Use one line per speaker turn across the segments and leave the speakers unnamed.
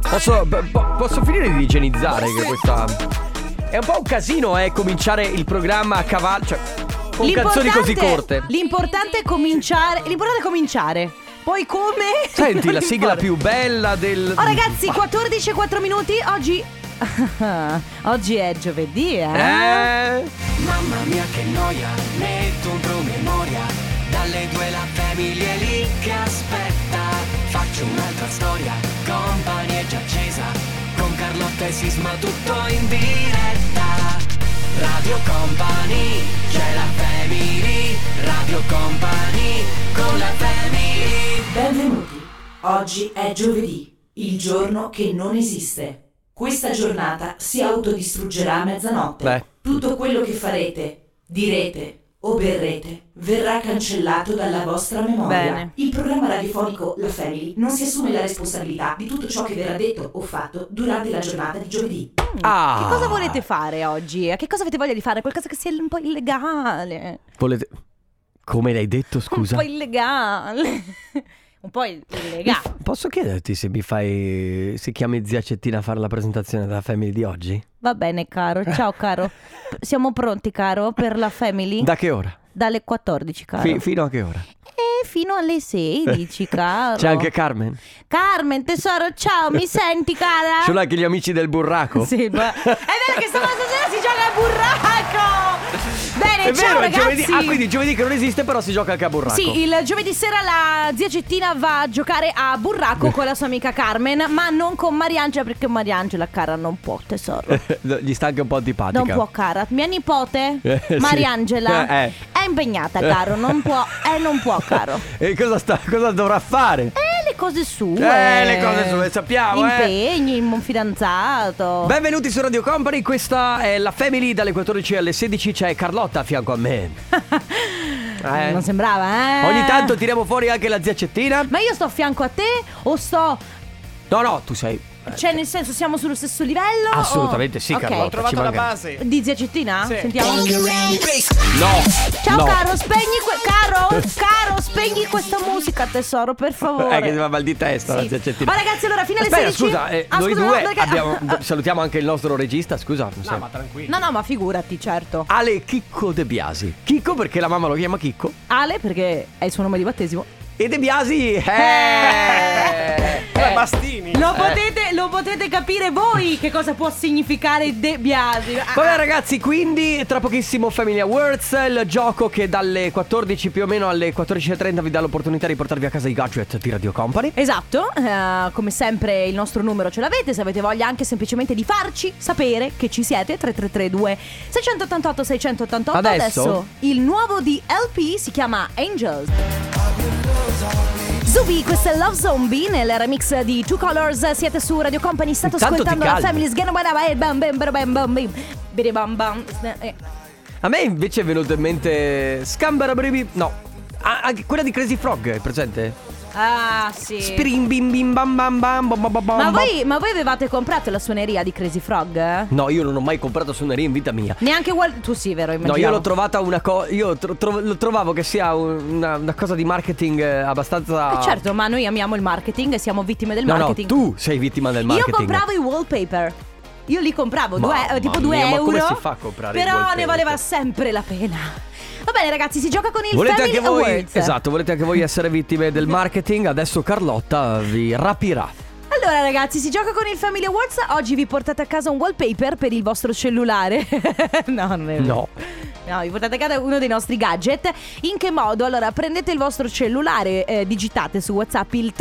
Posso, po- po- posso finire di igienizzare che questa... È un po' un casino, eh, cominciare il programma a cavallo, cioè, con canzoni così corte.
L'importante è cominciare. L'importante è cominciare. Poi come?
Senti,
non
la sigla
importa.
più bella del...
Oh ragazzi, 14 e 4 minuti. Oggi. Oggi è giovedì, eh?
Eh...
Mamma mia che noia, metto un promemoria Dalle due la famiglia è lì che aspetta Faccio un'altra storia, compagnia è già accesa Con Carlotta e Sisma tutto in diretta Radio Company, c'è la family Radio Company, con la family
Benvenuti. Oggi è giovedì, il giorno che non esiste. Questa giornata si autodistruggerà a mezzanotte.
Beh.
Tutto quello che farete, direte o berrete verrà cancellato dalla vostra memoria.
Bene.
Il programma radiofonico La Family non si assume la responsabilità di tutto ciò che verrà detto o fatto durante la giornata di giovedì.
Ah.
Mm. Che cosa volete fare oggi? A Che cosa avete voglia di fare? Qualcosa che sia un po' illegale.
Volete... Come l'hai detto, scusa?
Un po' illegale. un po' il- illegale.
Posso chiederti se mi fai... se chiami zia Cettina a fare la presentazione della family di oggi?
Va bene, caro. Ciao, caro. Siamo pronti, caro, per la family?
Da che ora?
Dalle 14, caro.
Fi- fino a che ora?
e fino alle 16, caro.
C'è anche Carmen?
Carmen, tesoro, ciao, mi senti, cara?
Sono anche gli amici del burraco?
Ah. Sì, ma... Eh, È vero che stasera si gioca a burraco! Bene,
È vero,
ciao
è
ragazzi!
giovedì. Ah, quindi giovedì che non esiste, però si gioca anche a burraco.
Sì, il giovedì sera la zia Cettina va a giocare a burraco con la sua amica Carmen, ma non con Mariangela perché Mariangela, cara, non può, tesoro.
No, Gli sta anche un po' antipatica.
Non può, cara. Mia nipote,
Eh, sì.
Mariangela,
Eh, eh.
è impegnata, caro. Non può, eh, non può, caro.
E cosa, sta- cosa dovrà fare?
Eh, le cose sue.
Eh, le cose sue, sappiamo, eh.
Impegni, un fidanzato.
Benvenuti su Radio Company, questa è la Family dalle 14 alle 16, c'è Carlotta a fianco a me. Eh.
Non sembrava, eh.
Ogni tanto tiriamo fuori anche la zia Cettina.
Ma io sto a fianco a te o sto...
No, no, tu sei...
Cioè, nel senso, siamo sullo stesso livello?
Assolutamente
o-
sì,
oh. Ok.
Carlotta. ci manca-
Di zia Cettina? Sentiamo.
No!
Ciao
no.
caro, spegni que- caro, caro, spegni questa musica, tesoro, per favore.
Eh, che ti fa mal di testa
Sì.
la zia Cettina.
Ma ragazzi, allora, fino alle
Aspetta,
16?
scusa, eh,
Ah,
noi
scusa, no,
due
perché-
abbiamo-
ah, ah.
salutiamo anche il nostro regista, scusa. mi sa-
No, no, ma figurati, certo.
Ale Chicco De Biasi. Chicco perché la mamma lo chiama Chicco
Ale, perché è il suo nome di battesimo.
e De Biasi eh,
Eh!
Bastini.
Lo, potete, lo potete capire voi che cosa può significare De Biasi. Ah,
Vabbè ragazzi, quindi tra pochissimo Family Awards, il gioco che dalle 14 più o meno alle 14.30 vi dà l'opportunità di portarvi a casa i gadget di Radio Company.
Esatto, eh, come sempre il nostro numero ce l'avete, se avete voglia anche semplicemente di farci sapere che ci siete, 3332 688 688.
Adesso?
il nuovo di LP si chiama Angels. Zubi, questo è Love Zombie nel remix di Two Colors, siete su Radio Company, state
Intanto ti
ascoltando la
calmi.
Family's Gonna Bada e bam bam bam bam bam bam bidi bam bam Eh,
A me invece è venuto in mente Scambarabribi, no, Ah, anche quella di Crazy Frog, è presente?
Ah sì
Spirim bim bim bam bam bam bam bam bam
ma
bam.
voi, ma voi avevate comprato la suoneria di Crazy Frog? eh?
No, io non ho mai comprato suonerie in vita mia.
Neanche Wal- tu sì, vero? Immagino.
No, io l'ho trovata una cosa. Io tro- tro- lo trovavo che sia una, una cosa di marketing eh, abbastanza.
Eh, certo, ma noi amiamo il marketing e siamo vittime del
No, no,
marketing.
tu sei vittima del marketing.
Io compravo i wallpaper. Io li compravo, due-
Mamma
eh, tipo 2
mia, ma
euro.
come si fa a comprare i
Però ne
wallpaper?
valeva sempre la pena. Va bene, ragazzi, si gioca con il
Volete
Family
anche voi
Awards.
Esatto, volete anche voi essere vittime del marketing? Adesso Carlotta vi rapirà.
Allora, ragazzi, si gioca con il Family Awards. Oggi vi portate a casa un wallpaper per il vostro cellulare. no, non è vero.
No.
No, vi portate a casa uno dei nostri gadget. In che modo? Allora, prendete il vostro cellulare, eh, digitate su WhatsApp il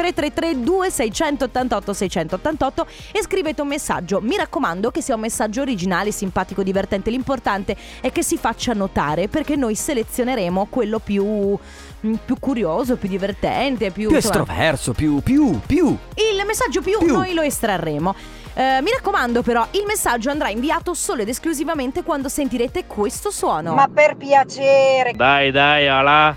333-2688-688 e scrivete un messaggio. Mi raccomando che sia un messaggio originale, simpatico, divertente. L'importante è che si faccia notare perché noi selezioneremo quello più, mm, più curioso, più divertente, più,
Più
insomma,
estroverso, più, più, più.
il messaggio più,
Più.
noi lo estrarremo. Eh, mi raccomando però, il messaggio andrà inviato solo ed esclusivamente quando sentirete questo suono.
Ma per piacere,
Dai, dai, ala.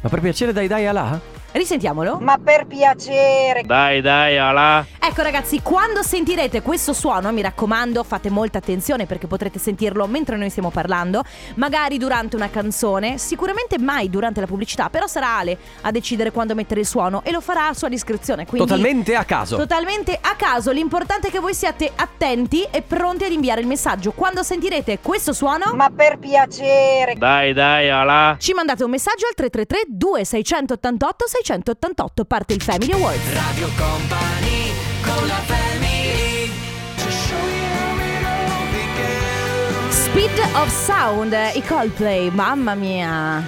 Ma per piacere dai dai là?
Risentiamolo.
Ma per piacere,
Dai, dai, ala.
Ecco ragazzi, quando sentirete questo suono, mi raccomando, fate molta attenzione perché potrete sentirlo mentre noi stiamo parlando, magari durante una canzone, sicuramente mai durante la pubblicità, però sarà Ale a decidere quando mettere il suono e lo farà a sua discrezione. Quindi
Totalmente a caso.
Totalmente a caso, l'importante è che voi siate attenti e pronti ad inviare il messaggio. Quando sentirete questo suono,
ma per piacere,
Dai, dai, ala.
ci mandate un messaggio al 333 2688 688, parte il Family Awards.
Radio Company con la family To show you it all began
Speed of Sound, eh, i Coldplay, mamma mia.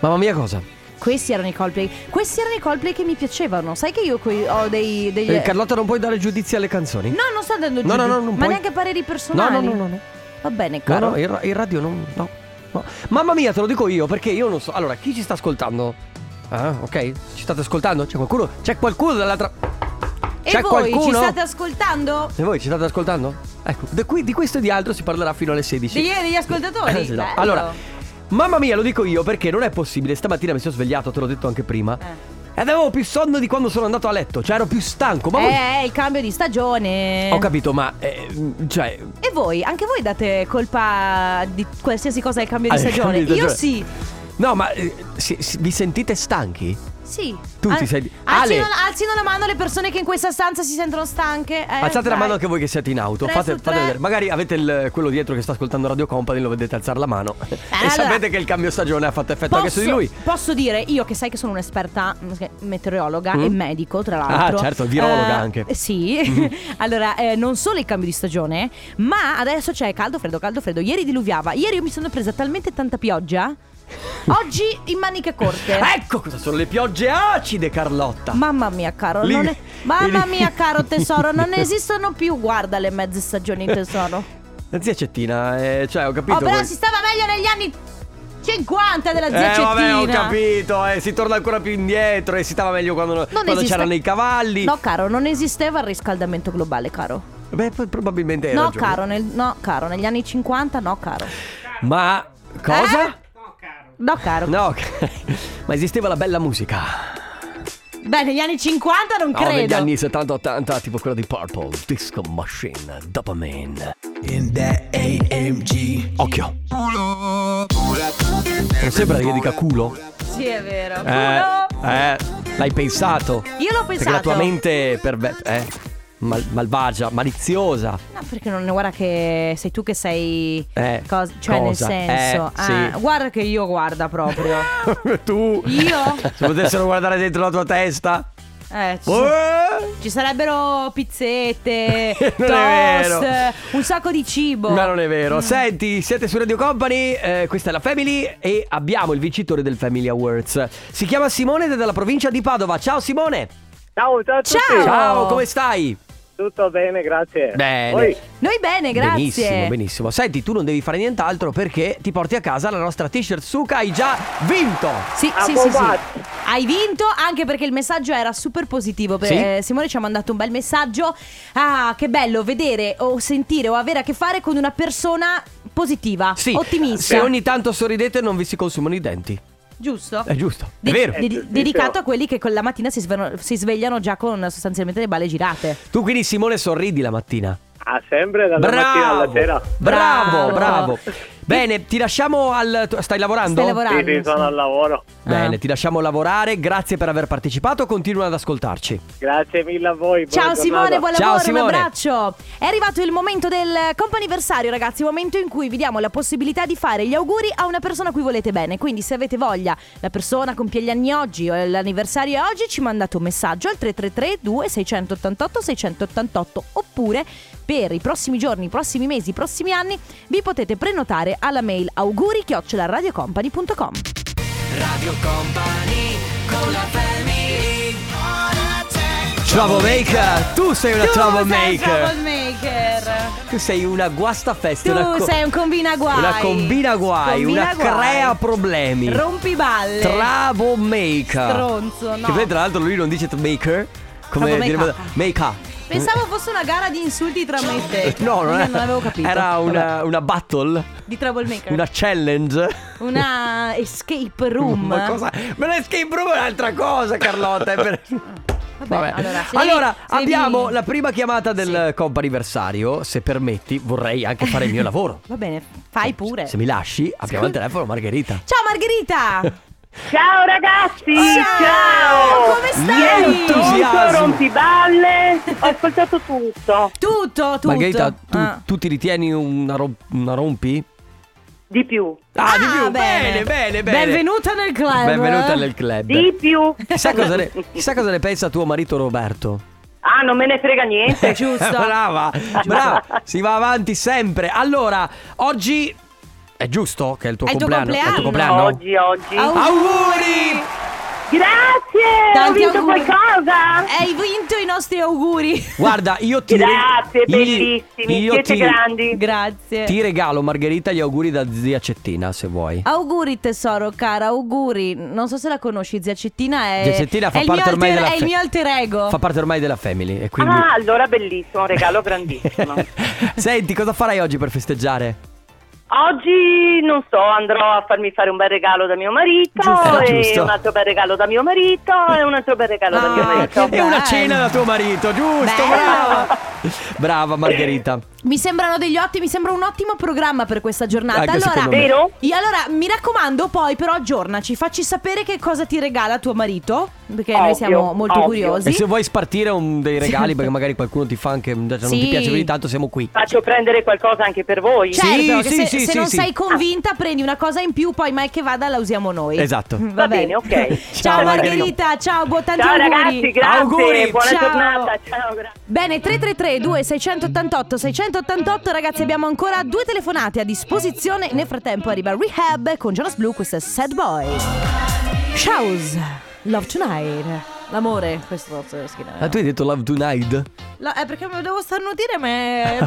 Mamma mia cosa?
Questi erano i Coldplay. Questi erano i Coldplay che mi piacevano. Sai che io qui ho dei... degli-
Eh, Carlotta non puoi dare giudizi alle canzoni?
No, non sto dando
No,
giudizio.
no, no, non
Ma
puoi.
neanche pareri personali.
No, no, no, no, no.
Va
No,
bene,
eh,
caro.
no, il, ra- il radio non. No, no. Mamma mia, te lo dico io perché io non so. Allora, chi ci sta ascoltando? Ah, ok. Ci state ascoltando? C'è qualcuno? C'è qualcuno dall'altra.
e
c'è
voi ci
qualcuno?
state ascoltando?
E voi ci state ascoltando? Ecco, di, qui- di questo e di altro si parlerà fino alle 16.
Degli, degli ascoltatori?
Eh, sì, no.
Bello.
Allora, mamma mia, lo dico io perché non è possibile. Stamattina mi sono svegliato, te l'ho detto anche prima.
Eh.
Ed avevo più sonno di quando sono andato a letto. Cioè, ero più stanco. Ma voi-
Eh, il cambio di stagione.
Ho capito, ma. eh, cioè.
E voi? Anche voi date colpa di qualsiasi cosa del cambio di
Al Ah, cambio
stagione?
di
Io sì.
stagione. No, ma eh, si- si- vi sentite stanchi?
Sì.
Tu ti sei- Ale.
Alzino, alzino la mano le persone che in questa stanza si sentono stanche. Eh,
Alzate la
dai.
mano anche voi che siete in auto.
Tre
Fate,
su
fate
tre.
vedere. Magari avete il- quello dietro che sta ascoltando Radio Company, lo vedete alzare la mano. e
allora-
sapete che il cambio stagione ha fatto effetto anche su di lui.
posso dire, io che sai che sono un'esperta mm, meteorologa
Mm.
e medico, tra l'altro.
Ah, certo, virologa
eh,
anche. Mm-hmm.
Sì. allora, eh, non solo il cambio di stagione, ma adesso c'è caldo, freddo, caldo, freddo. Ieri diluviava. Ieri io mi sono presa talmente tanta pioggia. Oggi in maniche corte.
Ecco cosa sono le piogge acide, Carlotta.
Mamma mia, caro.
Lì-
non è- Mamma
lì-
mia, caro tesoro, non esistono più. Guarda le mezze stagioni, tesoro.
Zia Cettina, eh, cioè, ho capito.
Oh, però
voi-
si stava meglio negli anni 50 della zia
eh,
Cettina.
vabbè, ho capito. eh, si torna ancora più indietro e si stava meglio quando, quando
esiste-
c'erano i cavalli.
No, caro, non esisteva il riscaldamento globale, caro.
Beh, poi probabilmente. hai
no,
ragione.
caro, nel- no, caro, negli anni 50, no, caro. Eh?
Ma. Cosa?
No, caro.
No, ma esisteva la bella musica.
Beh, negli anni 50 non
No, negli
credo.
anni 70-80, tipo quella di Purple, Disco Machine, Dopamine.
In that AMG
Occhio. Non sembra che dica culo?
Sì, è vero.
Eh,
Culo.
eh, l'hai pensato.
Io l'ho
Perché la
pensato.
tua mente è perve- eh, mal- malvagia, maliziosa.
No, perché non guarda che sei tu che sei
Eh,
cos- cioè nel
cosa?
senso,
Eh, sì.
ah, guarda che io guarda proprio.
tu.
Io?
Se potessero guardare dentro la tua testa.
Eh, ci,
Eh,
ci sarebbero pizzette,
Non è vero.
toast, un sacco di cibo. Mm.
Ma non è vero. Senti, siete su Radio Company, eh, questa è la Family e abbiamo il vincitore del Family Awards. Si chiama Simone ed è della provincia di Padova. Ciao Simone!
Ciao, ciao a tutti.
Ciao.
Ciao, come stai?
Tutto bene, grazie.
Bene.
Voi?
Noi bene, grazie.
Benissimo, benissimo. Senti, tu non devi fare nient'altro perché ti porti a casa la nostra t-shirt Suka, hai già vinto.
Sì,
Ah,
sì,
buon
sì, sì.
bacio.
Hai vinto anche perché il messaggio era super positivo. per-
Sì.
eh, Simone ci ha mandato un bel messaggio. Ah, che bello vedere o sentire o avere a che fare con una persona positiva,
Sì.
ottimista.
Se ogni tanto sorridete non vi si consumano i denti.
Giusto?
Eh, È giusto. È
De-
vero.
de-
giustissimo.
dedicato a quelli che con la mattina si, sveno- si svegliano già con sostanzialmente le balle girate.
Tu quindi Simone sorridi la mattina.
Ah, sempre dalla mattina alla
Bravo.
sera.
Bravo, bravo.
Bravo.
Bene, ti lasciamo al tu- stai lavorando?
Stai lavorando?
Sì, sì, sono al lavoro.
Bene,
Ah.
ti lasciamo lavorare. Grazie per aver partecipato. Continua ad ascoltarci.
Grazie mille a voi. buona
Ciao Simone,
giornata.
buon
Ciao,
lavoro,
Simone.
un abbraccio. È arrivato il momento del comp'anniversario, ragazzi, momento in cui vi diamo la possibilità di fare gli auguri a una persona a cui volete bene. Quindi se avete voglia, la persona compie gli anni oggi o l'anniversario è oggi, ci mandate un messaggio al 333 2688 688 oppure per i prossimi giorni, i prossimi mesi, i prossimi anni vi potete prenotare alla mail auguri radiocompany.com.
Radio Company con la family
Troublemaker, tu sei una troublemaker.
Troublemaker.
Tu sei una guastafeste,
Tu
una co-
sei un combina guai.
Una combina guai,
Combina
una crea problemi.
Rompiballe.
Travo maker.
Stronzo, no.
Che poi tra l'altro lui non dice maker, come
Troublemaker.
direbbe make up.
Pensavo fosse una gara di insulti tra me e te.
Eh, No, non,
Io
è,
non avevo capito.
Era
Vabbè.
una, una battle,
Di troublemaker.
una
Una,
challenge.
escape room.
Ma cosa? Ma l'escape room è un'altra cosa, Carlotta. è per- Vabbè.
allora, se
Allora,
devi- se
abbiamo
devi-
la prima chiamata del comp'anniversario. Se permetti, vorrei anche fare il mio lavoro.
Va bene, fai pure.
Eh, Se mi lasci, abbiamo il telefono, Margherita.
Ciao Margherita!
Ciao ragazzi, ciao!
Come stai?
Niente. Entusiasmo.
Tutto rompiballe, ho ascoltato tutto,
Tutto, tutto.
Margherita, tu,
Ah.
tu ti ritieni una, ro- una rompi?
di più,
Ah, di
Ah,
più.
bene.
Bene, bene, bene.
Benvenuta nel club.
Benvenuta nel club.
di più.
Chissà cosa, ne, chissà cosa ne pensa tuo marito Roberto.
Ah, non me ne frega
Eh,
niente.
Giusto.
brava, brava. Si va avanti sempre. Allora, oggi è giusto che è il tuo
È il tuo
compleanno. È il tuo
compleanno.
compleanno?
Oggi, oggi.
Au-
Auguri!
Grazie,
Tanti
ho vinto
auguri. Eh,
qualcosa.
Hai vinto i nostri auguri.
Guarda, io ti
Grazie,
io-
bellissimi,
io
siete
ti,
grandi.
Grazie.
ti regalo Margherita gli auguri da zia Cettina, se vuoi.
Auguri tesoro, cara, auguri. Non so se la conosci, zia Cettina è
Zia Cettina fa
Eh, è il
parte
mio
ormai
alter-
della
è il
fa-
mio alter ego.
Fa parte ormai della family e quindi
Ah, allora bellissimo, un regalo grandissimo.
Senti, cosa farai oggi per festeggiare?
Oggi, non so, andrò a farmi fare un bel regalo da mio marito,
Giusto.
e
Giusto.
un altro bel regalo da mio marito, e un altro bel regalo da mio
Ah,
marito.
che
e una
bello.
cena da tuo marito, giusto?
Bello.
Brava! Brava Margherita.
Mi sembrano degli ottimi, sembra un ottimo programma per questa giornata.
Anche
allora,
secondo me.
Vero?
E allora, mi raccomando, poi però aggiornaci, facci sapere che cosa ti regala tuo marito, perché noi
Ovvio,
siamo molto
ovvio.
curiosi.
E se vuoi spartire un- dei regali, perché magari qualcuno ti fa anche. Non
Sì.
ti piace più di tanto, siamo qui.
Faccio prendere qualcosa anche per voi.
Sì,
Certo,
sì,
che se,
sì,
se
sì,
non
sì.
sei convinta, prendi una cosa in più, poi mai che vada la usiamo noi.
Esatto.
Mm,
Va bene, ok.
ciao
Ciao,
Margherita, ciao, buon tanti
Ciao
auguri.
ragazzi, grazie,
Auguri,
buona
ciao.
giornata, ciao, grazie.
Bene, 333 2688 688 ragazzi abbiamo ancora due telefonate a disposizione. Nel frattempo arriva Rehab con Jonas Blue, questo è Sad Boy. Shows, Love Tonight. L'amore, questo si chiama.
Ah, tu hai detto Love Tonight?
La- eh, perché me devo starnutire, ma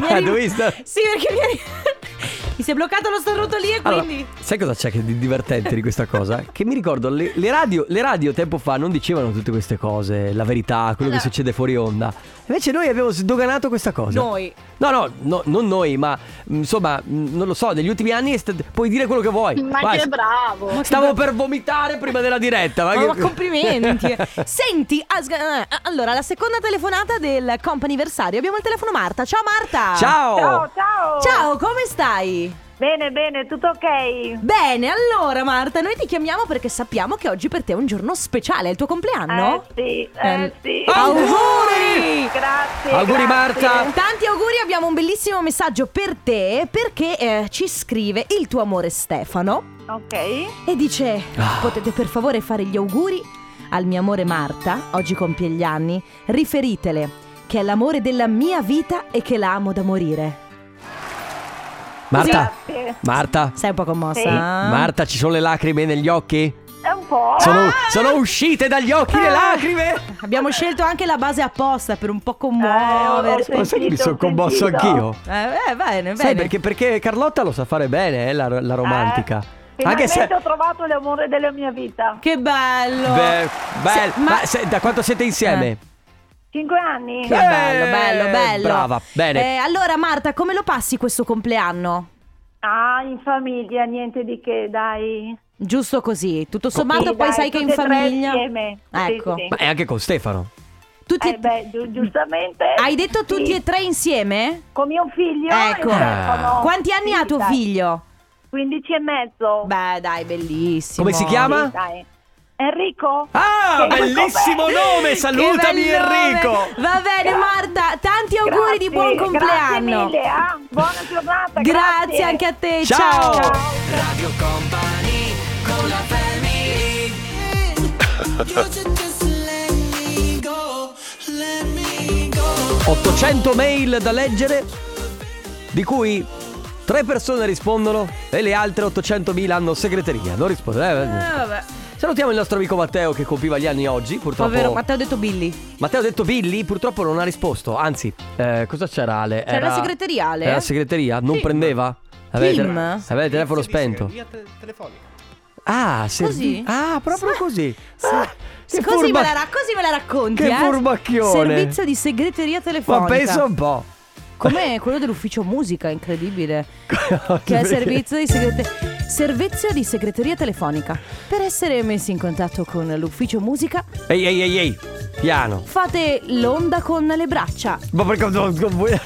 mi
Ah, dovevi star-
Sì, perché mi, arri- mi si è bloccato lo starnuto lì e
Allora,
quindi...
sai cosa c'è che di divertente di questa cosa? che mi ricordo, le, le radio, le radio tempo fa non dicevano tutte queste cose, la verità, quello
Allora-
che succede fuori onda. Invece noi abbiamo sdoganato questa cosa.
Noi.
No, no, no, non noi, ma mh, insomma, mh, non lo so, negli ultimi anni è stat- puoi dire quello che vuoi. Ma che bravo! Stavo per vomitare prima della diretta. Ma,
Ma, ma
che-
complimenti. Senti, as- eh, allora, la seconda telefonata del comp'anniversario. Abbiamo il telefono Marta. Ciao Marta.
Ciao!
Ciao, ciao!
Ciao, come stai?
Bene, bene, tutto ok?
Bene, allora Marta, noi ti chiamiamo perché sappiamo che oggi per te è un giorno speciale, è il tuo compleanno.
Eh sì, eh,
Eh,
sì.
Auguri!
Grazie.
Auguri
grazie.
Marta!
Eh, Tanti auguri, abbiamo un bellissimo messaggio per te perché eh, ci scrive il tuo amore Stefano
Ok.
e dice
Ah.
potete per favore fare gli auguri al mio amore Marta, oggi compie gli anni, riferitele che è l'amore della mia vita e che la amo da morire.
Marta,
Grazie.
Marta,
Sei un po' commossa? eh?
Sì.
Marta, ci sono le lacrime negli occhi?
È un po'.
Sono, sono uscite dagli occhi le
Ah.
lacrime!
Abbiamo scelto anche la base apposta per un po'
ho
commuovere.
sentito,
Ma sai che mi sono
ho
commosso
sentito.
anch'io?
Eh, eh, bene, bene.
Sai perché? Perché Carlotta lo sa fare bene, eh, la, la romantica.
Eh,
Anche se.
finalmente ho trovato l'amore della mia vita.
Che bello!
Beh, bello.
Se-
ma...
ma- Eh,
se- da quanto siete insieme?
Cinque anni.
Che
Eh,
bello, bello, bello.
brava, bene.
Eh, allora, Marta, come lo passi questo compleanno?
Ah, in famiglia, niente di che, dai.
Giusto così, tutto sommato,
Sì,
poi
dai,
sai che in
tutte e tre
famiglia.
insieme. Sì,
Ecco.
sì.
Ma è anche con Stefano.
Tutti e-
Eh, beh, giu- giustamente.
Hai detto tutti
Sì,
e tre insieme?
Come un figlio.
Ecco.
e Stefano.
Ah.
Quanti anni
Sì,
ha tuo
dai.
figlio?
15 e mezzo.
Beh, dai, bellissimo.
Come si
Sì,
chiama?
dai. Enrico?
Ah,
Che-
bellissimo
com'è?
nome! Salutami
Che bel nome!
Enrico!
Va bene,
Gra-
Marta, tanti auguri di buon
Grazie,
compleanno.
Grazie mille, ah. buona giornata.
Grazie anche a te. Oh.
Ciao!
ciao.
Radio Company con la family You should just let me go, let me go
800 mail da leggere, di cui tre persone rispondono e le altre 800.000 hanno segreteria. Non rispondono.
Eh, vabbè.
Salutiamo il nostro amico Matteo che compiva gli anni oggi, purtroppo.
Povero, Matteo ha detto Billy.
Matteo ha detto Billy, purtroppo non ha risposto. Anzi, eh, cosa c'era Ale?
C'era la segreteria, Ale?
Era la segreteria? Non prendeva?
Kim?
aveva il telefono spento. Ah, se-
Così?
Ah, proprio
Sì.
così.
Sì.
Ah, che
così,
furba-
me la, ra- così me la racconti.
Che
eh?
furbacchione.
Servizio di segreteria telefonica.
Ma pensa un po'.
Come quello dell'ufficio musica, incredibile. che è
Perché-
servizio di segreteria. Servizio di segreteria telefonica. Per essere messi in contatto con l'ufficio musica,
Ehi, ehi, ehi, ehi. Piano.
fate l'onda con le braccia.
Ma perché non,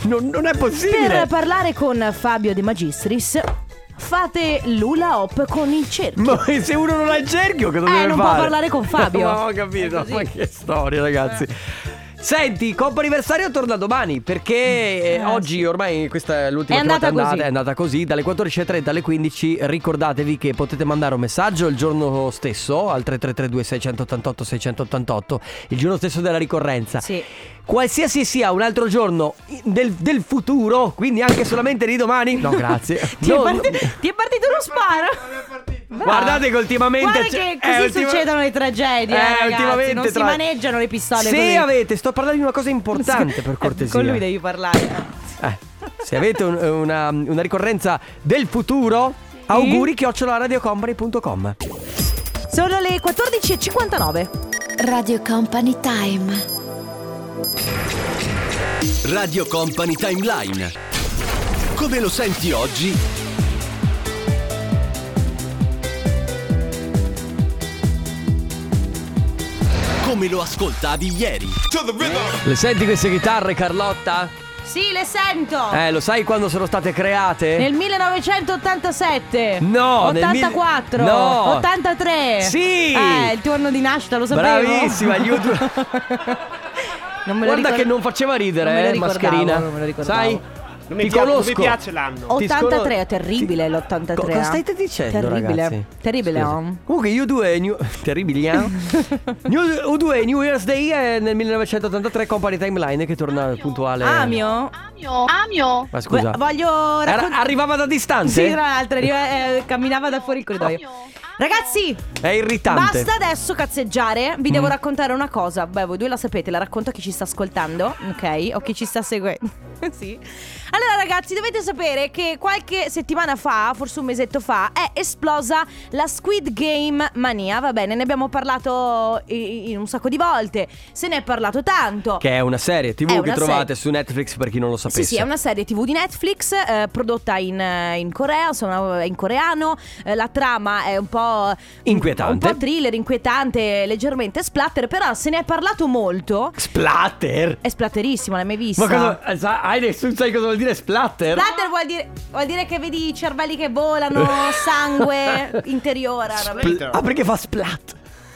non- non è possibile?
Per parlare con Fabio De Magistris, fate l'ula hop con il cerchio.
Ma se uno non ha il cerchio, che dovrebbe fare?
Eh, non può parlare con Fabio.
No, ho capito.
È così.
Ma che storia, ragazzi. Senti, Coppa Anniversario torna domani perché eh, oggi ormai questa è l'ultima
È
che volta
andata
andate,
così.
è andata così, dalle 14.30 alle 15 ricordatevi che potete mandare un messaggio il giorno stesso al 3332 688 688, il giorno stesso della ricorrenza.
Sì.
Qualsiasi sia un altro giorno del, del futuro, quindi anche solamente di domani. No, grazie.
Ti,
No,
è parti- ti è partito uno sparo. Bravo.
Guardate che ultimamente
Guarda
c'è-
che così
eh, ultima-
succedono le tragedie.
Eh,
eh, ragazzi.
ultimamente
non si
tra-
maneggiano le pistole.
Se
così. Eh,
avete, sto parlando di una cosa importante per cortesia.
Con lui devi parlare.
Eh, se avete un- una, una ricorrenza del futuro, auguri chiocciolaradiocomedy.com.
Sono le 14.59.
Radio Company Time.
Radio Company Timeline. Come lo senti oggi? Come lo ascoltavi ieri?
Le senti queste chitarre, Carlotta?
Sì, le sento.
Eh, lo sai quando sono state create?
Nel 1987
No, nel mil-
84
No.
83
Sì.
Eh, il tuo anno di nascita, lo sapevo
Bravissima, gli U2.
Non me lo
Guarda
ricor-
che non faceva ridere,
non me lo
eh,
ricordavo,
mascherina.
non me lo ricordavo.
sai?
Non
Ti
mi pia- non mi
conosco.
piace l'anno.
Ti scolo-
83 è terribile
Ti-
l'83.
Co- Cosa stai dicendo,
Terribile.
ragazzi?
Terribile,
Scusa.
oh.
Comunque, U2 e New... Terribili, eh? New... U2 e New Year's Day è nel 1983 Company Timeline che
Ah,
torna puntuale.
Amio?
Ma scusa.
Vo- voglio
Era-
raccontare
arrivava da distanza?
Sì, tra l'altro, arriva- eh, camminava da fuori il corridoio. Ragazzi,
È irritante.
Basta adesso cazzeggiare, vi devo raccontare una cosa. Beh, voi due la sapete, la racconto a chi ci sta ascoltando, ok? O chi ci sta seguendo. sì. Allora, ragazzi, dovete sapere che qualche settimana fa, forse un mesetto fa, è esplosa la Squid Game mania. Va bene, ne abbiamo parlato i- in un sacco di volte, se ne è parlato tanto.
Che è una serie TV
È
che
una
trovate
serie.
su Netflix per chi non lo sapesse.
Sì, sì, è una serie TV di Netflix eh, prodotta in, eh, in Corea, insomma, è in coreano. Eh, la trama è un po' mm,
Inquietante.
Un po' thriller, inquietante, leggermente splatter, però se ne è parlato molto.
Splatter!
È splatterissimo, l'hai mai vista?
Ma cosa. eh, sa- Hai nessuno sai cosa vuol dire splatter?
Splatter vuol dire, vuol dire che vedi i cervelli che volano, sangue interiore. roba-
Spl- ah, perché fa splat?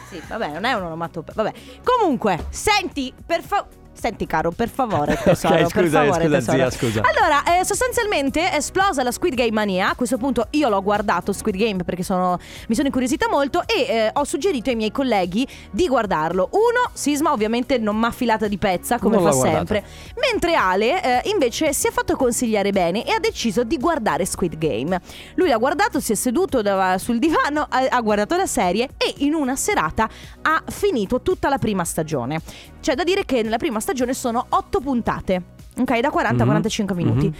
Sì, vabbè, non è un onomatopea. Vabbè. Comunque, senti, per favore. Senti caro, per favore, tesoro,
Ok,
per
scusa,
favore,
scusa,
tesoro.
zia, scusa.
Allora, eh, sostanzialmente è esplosa la Squid Game mania. A questo punto io l'ho guardato Squid Game perché sono- mi sono incuriosita molto e eh, ho suggerito ai miei colleghi di guardarlo. Uno, Sisma ovviamente non m'ha filata di pezza come
Non
fa
l'ha guardata.
sempre, mentre Ale eh, invece si è fatto consigliare bene e ha deciso di guardare Squid Game. Lui l'ha guardato, si è seduto dava- sul divano, ha, ha guardato la serie e in una serata ha finito tutta la prima stagione. C'è da dire che nella prima stagione sono 8 puntate, ok? Da 40
Mhm.
a 45 minuti.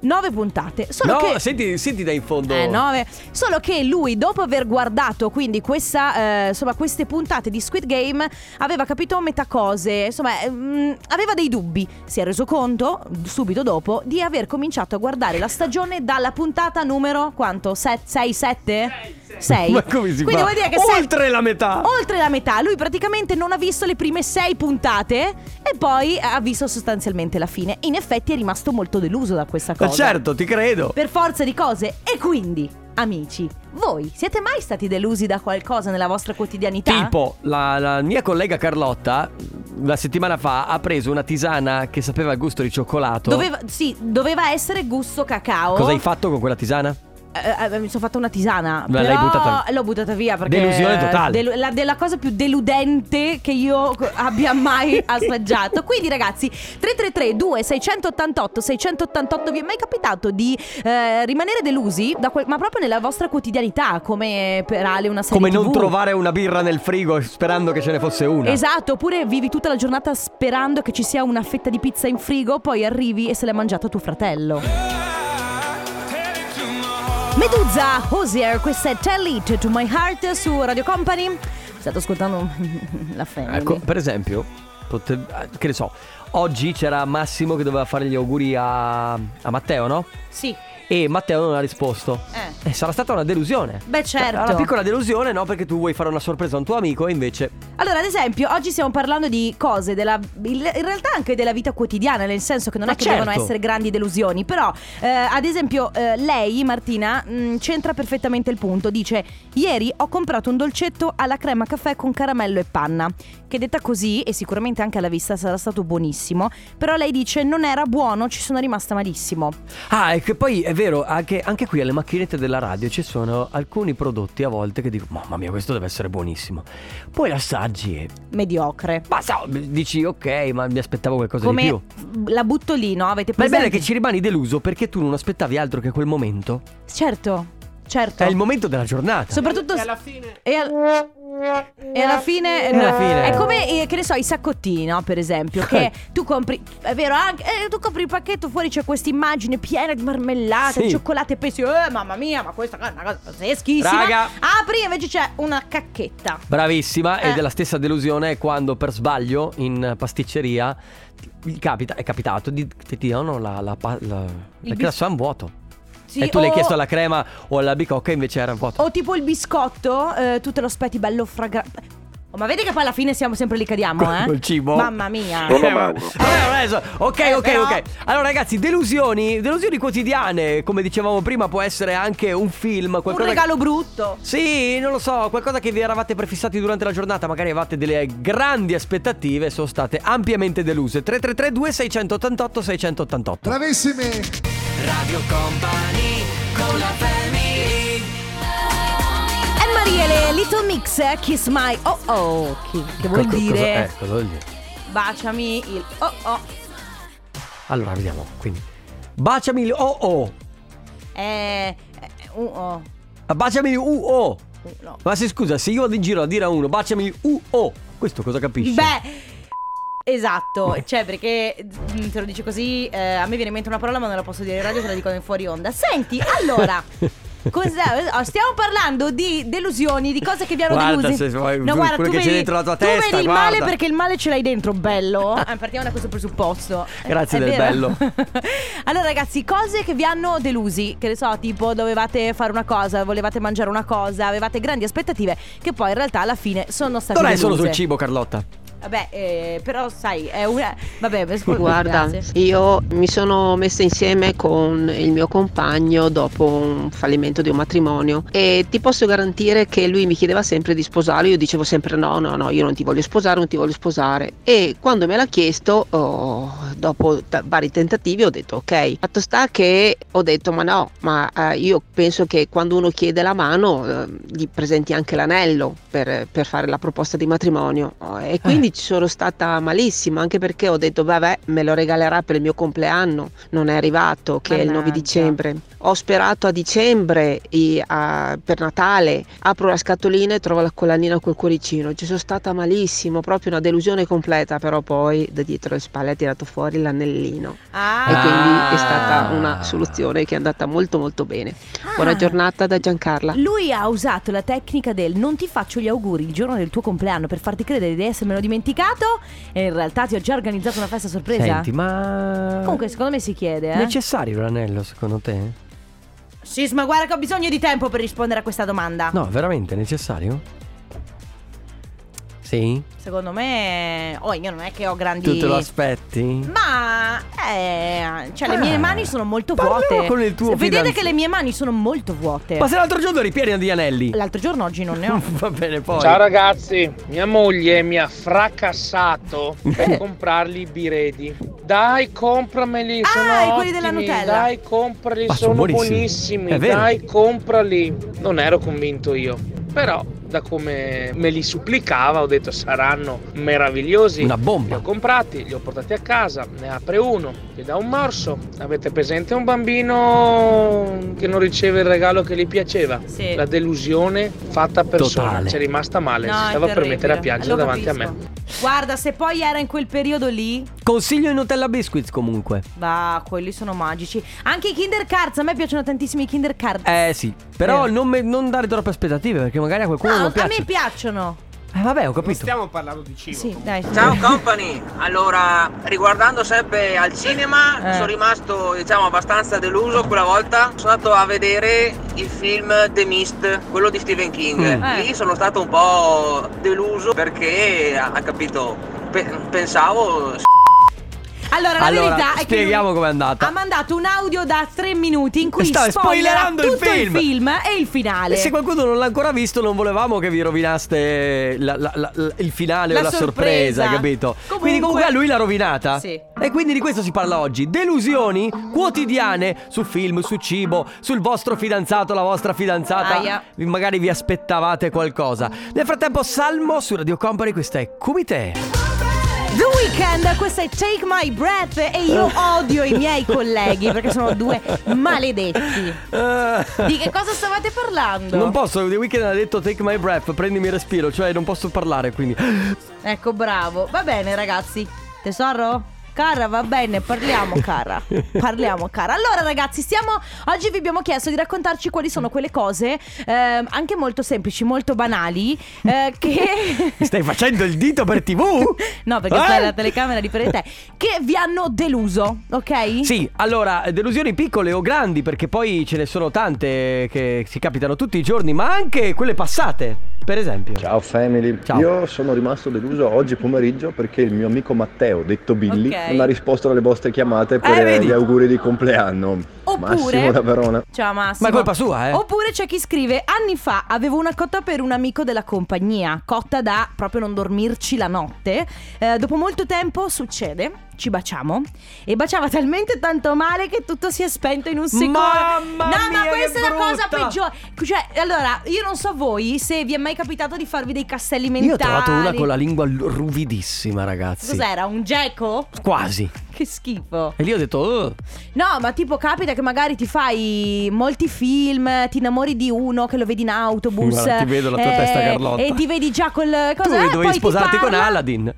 9 puntate. Solo
no,
che...
senti, senti da in fondo.
Eh, nove. Solo che lui, dopo aver guardato quindi questa, eh, insomma, queste puntate di Squid Game, aveva capito metà cose, insomma, ehm, aveva dei dubbi. Si è reso conto, subito dopo, di aver cominciato a guardare la stagione dalla puntata numero quanto? 6, 7? 6.
Ma come si
quindi
fa?
vuol dire che
Oltre
se-
la metà.
Oltre la metà, lui praticamente non ha visto le prime 6 puntate e poi ha visto sostanzialmente la fine. In effetti è rimasto molto deluso da questa
Ma
cosa
certo, ti credo.
per forza di cose. E quindi, amici, voi siete mai stati delusi da qualcosa nella vostra quotidianità?
Tipo, la, la mia collega Carlotta, la settimana fa, ha preso una tisana che sapeva il gusto di cioccolato.
Doveva, sì, doveva essere gusto cacao.
Cosa hai fatto con quella tisana?
Eh, eh, mi sono fatta una tisana.
Ma l'hai
però
buttata via.
L'ho buttata via perché.
Delusione totale.
delu- la, della cosa più deludente che io co- abbia mai assaggiato. Quindi, ragazzi, 333-2688-688, vi è mai capitato di eh, rimanere delusi? da quel- ma proprio nella vostra quotidianità, come per Ale una serie
Come
TV?
non trovare una birra nel frigo sperando che ce ne fosse una.
Esatto, oppure vivi tutta la giornata sperando che ci sia una fetta di pizza in frigo, poi arrivi e se l'è mangiata tuo fratello. Medusa, Hosier, questa è Tell It to My Heart su Radio Company. State ascoltando la Family.
Ecco, per esempio, pote- eh, che ne so, oggi c'era Massimo che doveva fare gli auguri a, a Matteo, no?
Sì.
E Matteo non ha risposto.
Eh.
sarà stata una delusione.
Beh,
Cioè,
certo.
Una piccola delusione, no? Perché tu vuoi fare una sorpresa a un tuo amico e invece...
Allora, ad esempio, oggi stiamo parlando di cose della in realtà anche della vita quotidiana, nel senso che non
Ma
è che
certo.
devono essere grandi delusioni, però eh, ad esempio eh, lei, Martina, mh, c'entra perfettamente il punto. Dice "Ieri ho comprato un dolcetto alla crema caffè con caramello e panna", che detta così e sicuramente anche alla vista sarà stato buonissimo, però lei dice "Non era buono, ci sono rimasta malissimo".
Ah, e che poi è vero, anche, anche qui alle macchinette della radio ci sono alcuni prodotti a volte che dico, mamma mia, questo deve essere buonissimo. Poi l'assaggi e...
Mediocre.
Ma so, dici, ok, ma mi aspettavo qualcosa di
Come
più.
la butto lì, no? Avete
Ma è
presente?
bene che ci rimani deluso perché tu non aspettavi altro che quel momento.
Certo. Certo.
È il momento della giornata.
Soprattutto. E alla fine. E, al- e alla fine.
E alla fine.
È come, eh, che ne so, i saccottini, no? Per esempio, che tu compri. È vero, anche, eh, tu compri il pacchetto, fuori c'è questa immagine piena di marmellata,
Sì.
di cioccolato, e pensi, eh, mamma mia, ma questa è una cosa freschissima.
Raga.
Apri e invece c'è una cacchetta.
Bravissima,
Eh.
ed è la stessa delusione è quando per sbaglio in pasticceria ti- gli capita, è capitato di ti danno la, la, pa- la, la
bis-
croissant vuoto.
Sì,
e tu le hai
o-
chiesto alla crema o alla bicocca e invece era vuoto.
O tipo il biscotto, eh, tu te lo aspetti bello fragrante. Oh, ma vedi che poi alla fine siamo sempre lì cadiamo, eh?
Col cibo.
Mamma mia.
Eh, vabbè, adesso- ok,
Eh,
ok,
però-
ok. Allora, ragazzi, delusioni, delusioni quotidiane, come dicevamo prima, può essere anche un film,
Un
qualcosa.
regalo brutto.
Sì, non lo so, qualcosa che vi eravate prefissati durante la giornata, magari avevate delle grandi aspettative e sono state ampiamente deluse. 3332 688 688.
Anne Mariele, Little Mix, eh, Kiss My Oh Oh. Che, che vuol dire?
eh,
Baciami il Oh Oh.
Allora, vediamo, quindi. Baciami il oh oh.
Eh. eh, Uh oh.
Baciami il uh oh.
Uh, no.
Ma se scusa, se io vado in giro a dire a uno baciami il uh oh, questo cosa capisci?
Beh. Esatto, cioè perché mm, te lo dici così, eh, a me viene in mente una parola ma non la posso dire in radio, te la dico in fuori onda. Senti, allora, cosa- oh, stiamo parlando di delusioni, di cose che vi hanno
Guarda,
delusi.
se vuoi, tu- quello che c'è dentro la tua
tu
testa,
vedi il male
guarda.
perché il male ce l'hai dentro, bello. Eh, partiamo da questo presupposto. Eh,
Grazie
è
del
vero.
bello.
allora ragazzi, cose che vi hanno delusi, che ne so, tipo dovevate fare una cosa, volevate mangiare una cosa, avevate grandi aspettative che poi in realtà alla fine sono state
Non è
deluse.
solo sul cibo, Carlotta.
Vabbè, eh, però sai, è una... Vabbè, per scusa,
Guarda,
grazie.
io mi sono messa insieme con il mio compagno dopo un fallimento di un matrimonio e ti posso garantire che lui mi chiedeva sempre di sposarlo, io dicevo sempre no, no, no, io non ti voglio sposare, non ti voglio sposare e quando me l'ha chiesto, oh, dopo t- vari tentativi ho detto ok, fatto sta che ho detto ma no, ma eh, io penso che quando uno chiede la mano eh, gli presenti anche l'anello per, per fare la proposta di matrimonio Oh, e quindi ci sono stata malissima anche perché ho detto vabbè me lo regalerà per il mio compleanno, non è arrivato che è il 9
Mannaggia.
dicembre. Ho sperato a dicembre i- a- per Natale, apro la scatolina e trovo la collanina col cuoricino, ci sono stata malissimo, proprio una delusione completa però poi da dietro le spalle ha tirato fuori l'anellino
Ah,
e quindi è stata
Ah.
una soluzione che è andata molto molto bene. Buona
Ah.
giornata da Giancarla.
Lui ha usato la tecnica del non ti faccio gli auguri il giorno del tuo compleanno per farti credere di essermelo dimenticato e in realtà ti ho già organizzato una festa sorpresa.
Senti, ma
Comunque, secondo me si chiede, eh.
necessario l'anello secondo te?
Sisma, guarda che ho bisogno di tempo per rispondere a questa domanda.
No, veramente necessario? Sì?
Secondo me... Oh, io non è che ho grandi...
Tu te lo aspetti?
Ma eh, cioè le mie
Ah.
mani sono molto
Parliamo
vuote.
con il tuo
Se Vedete
fidanzato.
che le mie mani sono molto vuote.
Ma se l'altro giorno eri piena di anelli.
L'altro giorno oggi non ne ho.
Va bene, poi.
Ciao ragazzi, mia moglie mi ha fracassato per comprarli i biredi. Dai, comprameli,
Ah,
sono
i quelli della
ottimi.
Nutella.
Dai, comprali,
Ma sono
sono
buonissimi.
buonissimi.
È vero.
Dai, comprali. Non ero convinto io, però da come me li supplicava ho detto saranno meravigliosi.
Una
Li ho
bomba.
comprati, li ho portati a casa, ne apre uno, gli dà un morso. Avete presente un bambino che non riceve il regalo che gli piaceva?
Sì.
La delusione fatta a persona,
Totale.
ci è rimasta male,
No,
si
è
stava per
terribile.
mettere a piangere
Lo
davanti a
capisco.
me.
Guarda, se poi era in quel periodo lì,
Consiglio i Nutella Biscuits comunque.
bah, quelli sono magici. Anche i Kinder Cards, a me piacciono tantissimi i Kinder Cards.
Eh sì, però
Eh.
non, me- non dare troppe aspettative perché magari a qualcuno
no,
non
Ah, a
piace.
me piacciono.
Eh vabbè, ho capito.
Stiamo parlando di cibo.
Sì, dai.
Ciao company, allora riguardando sempre al cinema
Eh.
sono rimasto diciamo abbastanza deluso quella volta, sono andato a vedere il film The Mist, quello di Stephen King,
Mm.
Eh.
lì sono stato un po' deluso perché ha ha capito, pe- pensavo s-
Allora, la
Allora,
verità è che lui
spieghiamo com'è andata.
ha mandato un audio da tre minuti in cui
Sta
spoilera
spoilerando il
tutto il
film.
film e il finale.
E se qualcuno non l'ha ancora visto, non volevamo che vi rovinaste la- la- la- la- il finale
La
o la sorpresa,
sorpresa.
capito?
Comunque-
Quindi comunque a lui l'ha rovinata.
Sì.
E quindi di questo si parla oggi. Delusioni quotidiane su film, su cibo, sul vostro fidanzato, la vostra fidanzata.
Aia.
Vi- Magari vi aspettavate qualcosa. Nel frattempo, Salmo su Radio Company, questa è Kumite.
The Weeknd, questa è Take My Breath e io odio i miei colleghi perché sono due maledetti. Di che cosa stavate parlando?
Eh, Non posso, The Weeknd ha detto take my breath, prendimi il respiro, cioè non posso parlare quindi.
Ecco, bravo. Va bene, ragazzi. Tesoro? Cara, va bene, parliamo, cara. Parliamo, cara. Allora, ragazzi, stiamo. Oggi vi abbiamo chiesto di raccontarci quali sono quelle cose, ehm, anche molto semplici, molto banali, eh, che.
Mi stai facendo il dito per TV?
No, perché
Eh?
c'è la telecamera di per te. Che vi hanno deluso, ok?
Sì, allora, delusioni piccole o grandi, perché poi ce ne sono tante che si capitano tutti i giorni, ma anche quelle passate, per esempio.
Ciao family, io sono rimasto deluso oggi pomeriggio perché il mio amico Matteo, detto Billy,
Ok.
non ha risposto alle vostre chiamate per
Eh, vedi?
gli auguri di compleanno.
Oppure-
Massimo da Verona.
Ciao Massimo.
Ma è colpa sua, eh.
Oppure c'è chi scrive: Anni fa avevo una cotta per un amico della compagnia, cotta da proprio non dormirci la notte. Eh, dopo molto tempo succede, ci baciamo. E baciava talmente tanto male che tutto si è spento in un secondo.
Mamma
no, ma
mia,
questa
che
è la cosa
brutta!
peggiore. Cioè, allora, io non so voi se vi è mai capitato di farvi dei castelli mentali.
Io ho trovato una con la lingua l- ruvidissima, ragazzi.
Cos'era? Un geco?
Quasi.
Che schifo.
E lì ho detto, "Oh,
No, ma tipo capita che magari ti fai molti film, ti innamori di uno che lo vedi in autobus. eh,
Guarda, ti vedo la tua testa, Carlotta.
E ti vedi già col
tu
cosa eh, poi
dovevi
ti
sposarti con
parla.
Aladdin.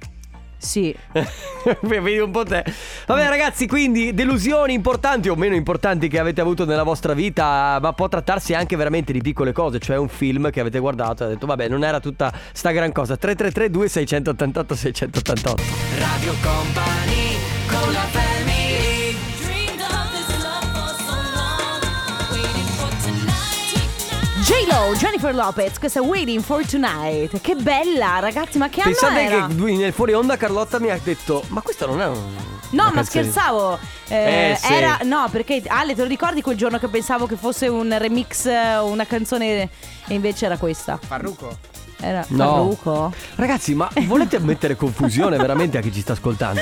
Sì.
Eh, Vedi un po' te. Vabbè, ragazzi, quindi delusioni importanti o meno importanti che avete avuto nella vostra vita, ma può trattarsi anche veramente di piccole cose, cioè un film che avete guardato e avete detto, vabbè, non era tutta sta gran cosa. 333 2688 688
Radio Company con la family
J-Lo, Jennifer Lopez, questa è Waiting for Tonight. Che bella, ragazzi, ma che anno
Pensate
era?
che lui nel fuori onda Carlotta mi ha detto Ma questa non è un...
No,
una
ma
canzone".
scherzavo. Eh,
Eh, sì.
Era. No, perché Ale, te lo ricordi quel giorno che pensavo che fosse un remix, eh, una canzone, e invece era questa.
Parrucco.
Era
No.
Farruko.
Ragazzi ma volete mettere confusione veramente a chi ci sta ascoltando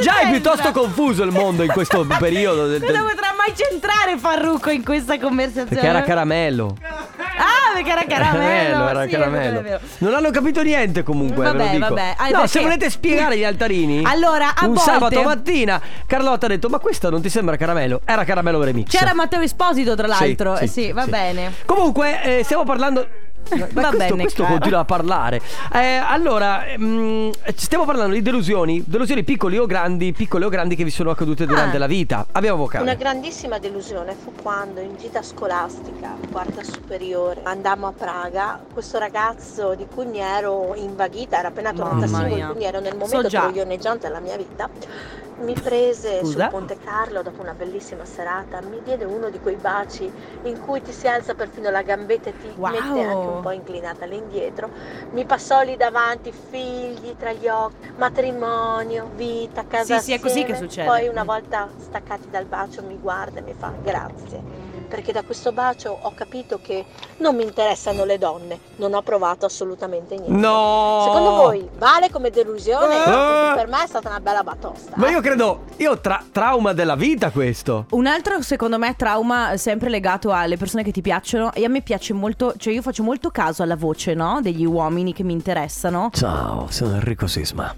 Già è
c'entra?
piuttosto confuso il mondo in questo periodo del- del-
Cosa potrà mai centrare Farrucco in questa conversazione?
Perché era caramello
Ah, perché era caramello.
era
sì,
caramello.
è vero.
Non hanno capito niente comunque eh, ve lo
Vabbè,
dico.
vabbè. Ah,
No
perché-
se volete spiegare gli altarini
Allora, a
Un
volte-
sabato mattina Carlotta ha detto Ma questa non ti sembra caramello Era caramello remix
C'era Matteo Esposito, tra
Sì,
l'altro.
sì,
Eh sì,
sì,
va
sì.
bene.
Comunque, eh, stiamo parlando. Ma
Va
questo,
bene,
questo
caro.
continua a parlare. Eh, allora, ehm, stiamo parlando di delusioni, delusioni piccole o grandi, piccole o grandi che vi sono accadute durante
Ah.
la vita. Abbiamo vocale.
Una grandissima delusione fu quando in gita scolastica, quarta superiore, andammo a Praga. Questo ragazzo di cui mi ero invaghita, era appena tornata
Mamma
single,
mia.
quindi ero nel
So
momento
già.
più ioneggiante della mia vita. Mi prese
Scusa?
sul Ponte Carlo dopo una bellissima serata, mi diede uno di quei baci in cui ti si alza perfino la gambetta e ti
Wow.
mette anche un po' inclinata all'indietro. Mi passò lì davanti figli tra gli occhi, matrimonio, vita, casa
Sì, sì, è così
assieme.
che succede.
Poi una volta staccati dal bacio mi guarda e mi fa grazie. Perché da questo bacio ho capito che non mi interessano le donne, non ho provato assolutamente niente.
No!
Secondo voi vale come delusione?
Oh. Eh!
Perché Per me è stata una bella batosta.
Ma io credo, io ho tra- trauma della vita questo.
Un altro, secondo me, trauma sempre legato alle persone che ti piacciono. E a me piace molto, cioè io faccio molto caso alla voce, no? Degli uomini che mi interessano.
Ciao, sono Enrico Sisma.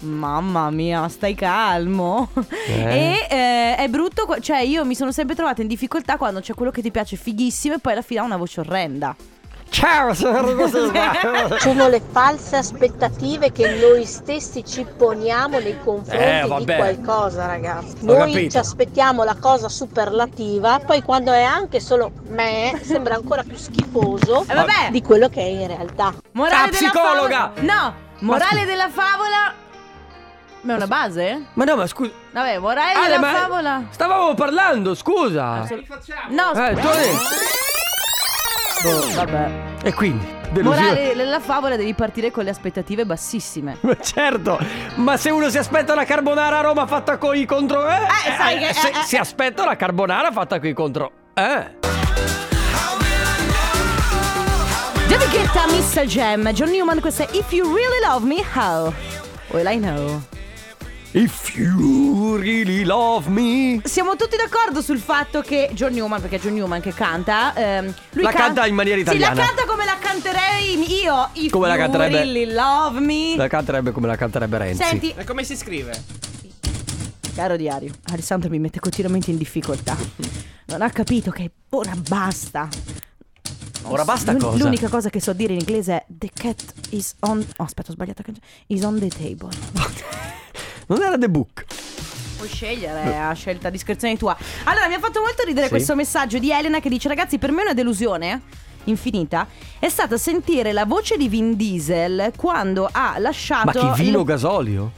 Mamma mia, stai calmo.
Eh.
E eh, è brutto, qua- cioè io mi sono sempre trovata in difficoltà quando c'è quello che ti piace fighissimo e poi alla fine ha una voce orrenda.
Ciao, sono Enrico Sisma.
Sono le false aspettative che noi stessi ci poniamo nei
Eh,
confronti di
vabbè.
qualcosa, ragazzi.
Ho
Noi
capito.
ci aspettiamo la cosa superlativa, poi quando è anche solo me, sembra ancora più schifoso
Eh, vabbè.
di quello che è in realtà.
Morale
Ah, psicologa!
Della favola... No, morale
scusa.
della favola. Ma è una base?
Ma no, ma scusa.
Vabbè, morale
Ale,
della
ma-
favola.
Stavamo parlando, scusa.
No,
Eh, tu-
Boh, vabbè.
E quindi, delusione.
Morale della favola devi partire con le aspettative bassissime.
Ma certo, ma se uno si aspetta una carbonara a Roma fatta con i contro... Eh,
sai che-
se-
eh, eh.
Si aspetta una carbonara fatta con i contro... Eh.
Giannichetta, Miss Jam, John Newman, questa è If You Really Love Me, How? Well I know.
If you really love me...
Siamo tutti d'accordo sul fatto che John Newman, perché è John Newman che canta, ehm, lui
La canta in maniera
Sì,
italiana.
la canta come la canterei io. If
Come la
you
canterebbe-
really love me.
La canterebbe come la canterebbe Renzi.
Senti,
E come si scrive?
Caro diario, Alessandro mi mette continuamente in difficoltà. Non ha capito che ora basta.
Ora basta
L'un-
cosa?
L'unica cosa che so dire in inglese è The cat is on. Oh, aspetta, ho sbagliato. canzone. Is on the table.
Non era The Book.
Puoi scegliere a scelta a discrezione tua. Allora, mi ha fatto molto ridere
Sì.
questo messaggio di Elena che dice: Ragazzi, per me una delusione infinita è stata sentire la voce di Vin Diesel quando ha
Ma
lasciato.
chi vino
il-
gasolio?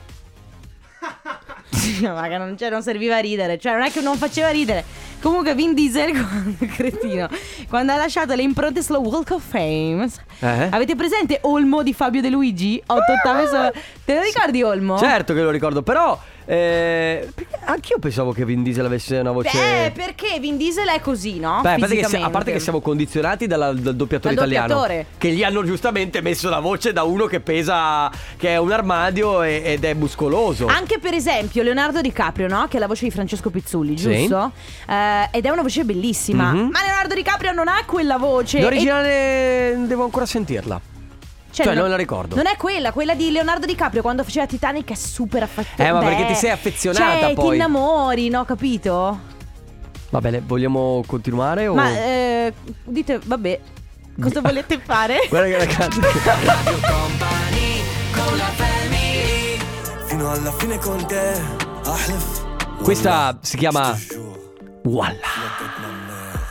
Sì, ma che non, cioè, non serviva a ridere, cioè non è che non faceva ridere. Comunque Vin Diesel, quando- cretino, quando ha lasciato le impronte sulla Walk of Fame.
Eh?
Avete presente Olmo di Fabio De Luigi? Otto ottave sopra- Te lo ricordi Olmo?
Ah! Certo che lo ricordo, però... Eh, perché anch'io pensavo che Vin Diesel avesse una voce...
Beh, perché Vin Diesel è così, no?
Beh, a parte, che, si- a parte
Fisicamente.
che siamo condizionati dalla- dal doppiatore
Dal
italiano
doppiatore.
Che gli hanno giustamente messo la voce da uno che pesa Che è un armadio e- ed è muscoloso
Anche per esempio Leonardo DiCaprio, no? Che è la voce di Francesco Pizzulli,
Sì.
giusto? Eh, ed è una voce bellissima.
Mhm.
Ma Leonardo DiCaprio non ha quella voce. e-
L'originale devo ancora sentirla Cioè, non, la ricordo
Non è quella, quella di Leonardo DiCaprio quando faceva Titanic è super affezionata.
Eh, ma perché ti sei affezionata
cioè,
poi.
ti innamori, no, capito?
Va bene, vogliamo continuare o...
Ma eh, dite, vabbè, cosa volete fare?
Guarda che ragazzi
Fino alla fine con te, Ahlif.
Questa si chiama Wallah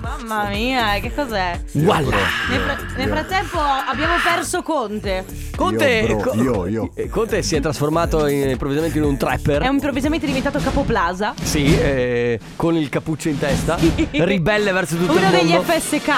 Mamma mia, eh, che cos'è?
Wallah
Nel, fra- nel frattempo abbiamo perso Conte.
Conte, Co- eh, Conte si è trasformato in- improvvisamente in un trapper
È improvvisamente diventato capoplaza.
Sì, eh, con il cappuccio in testa Ribelle verso tutto il
Uno
mondo
degli FSK.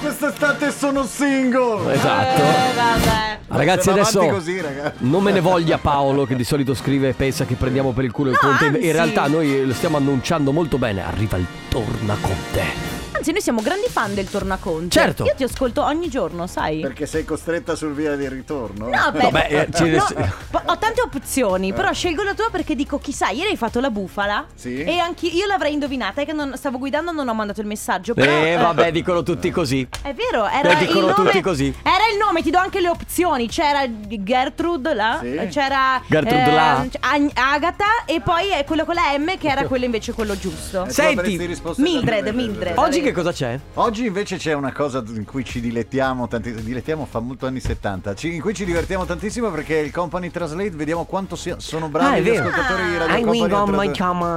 Quest'estate sono single.
Esatto.
Eh, vabbè.
Ragazzi,
Se va
adesso
avanti così, raga.
non me ne voglia Paolo che di solito scrive e pensa che prendiamo per il culo il Conte.
anzi.
In realtà noi lo stiamo annunciando molto bene. Arriva il Tornaconte.
Anzi, noi siamo grandi fan del Tornaconte.
Certo.
Io ti ascolto ogni giorno, sai?
Perché sei costretta sul via di ritorno.
No, beh,
Vabbè, eh, ce ne-
no, po- ho tante opzioni, però scelgo la tua perché dico, chissà, ieri hai fatto la bufala.
Eh. Sì.
E anche io l'avrei indovinata, è che non, stavo guidando, non ho mandato il messaggio. Però,
Eh, vabbè, dicono tutti così.
È vero, era
Eh, dicono
il nome.
tutti così.
Era il nome, ti do anche le opzioni. C'era Gertrude là, eh, c'era ehm,
Gertrude là.
c- Ag- Agatha e poi eh, quello con la M che
Ecco.
era quello invece quello giusto.
tu
Senti,
avresti risposto
Mildred,
esattamente-
Mildred.
Oggi che cosa c'è?
Oggi invece c'è una cosa in cui ci dilettiamo tantissimo, dilettiamo fa molto anni 70, ci- in cui ci divertiamo tantissimo perché il Company Translate vediamo quanto sia- sono bravi
Ah, è
gli
vero.
ascoltatori di Radio
Ah,
Company
mi
a tradu-
chiama,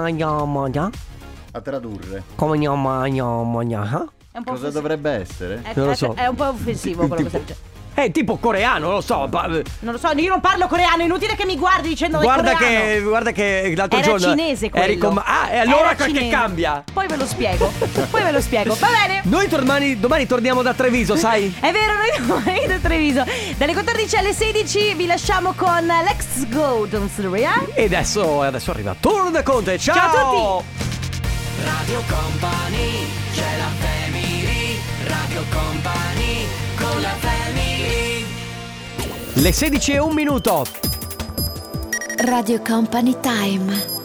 chiama, chiama, chiama.
a tradurre.
Come chiama, chiama, chiama.
È un po'
Cosa
offensivo.
dovrebbe essere?
È-
Non lo
è-
so.
È un po' offensivo quello che stai dicendo.
Eh, tipo coreano, non lo so. pa-
Non lo so, io non parlo coreano, è inutile che mi guardi dicendo del
Guarda
coreano.
che, guarda che l'altro
Era
giorno
cinese quello.
eri con- Ah, e allora
Era
che- che
cinese.
cambia?
Poi ve lo spiego. Poi ve lo spiego. Va bene.
Noi tornani- domani torniamo da Treviso, sai?
È vero, noi domani da Treviso. Dalle 14 alle 16 vi lasciamo con Let's Go, eh? Don Silvia.
E adesso, adesso arriva Torna Conte. Ciao!
Ciao
a tutti!
Radio Company, c'è la family, Radio Company, con la family.
Le 16 e un minuto.
Radio Company Time.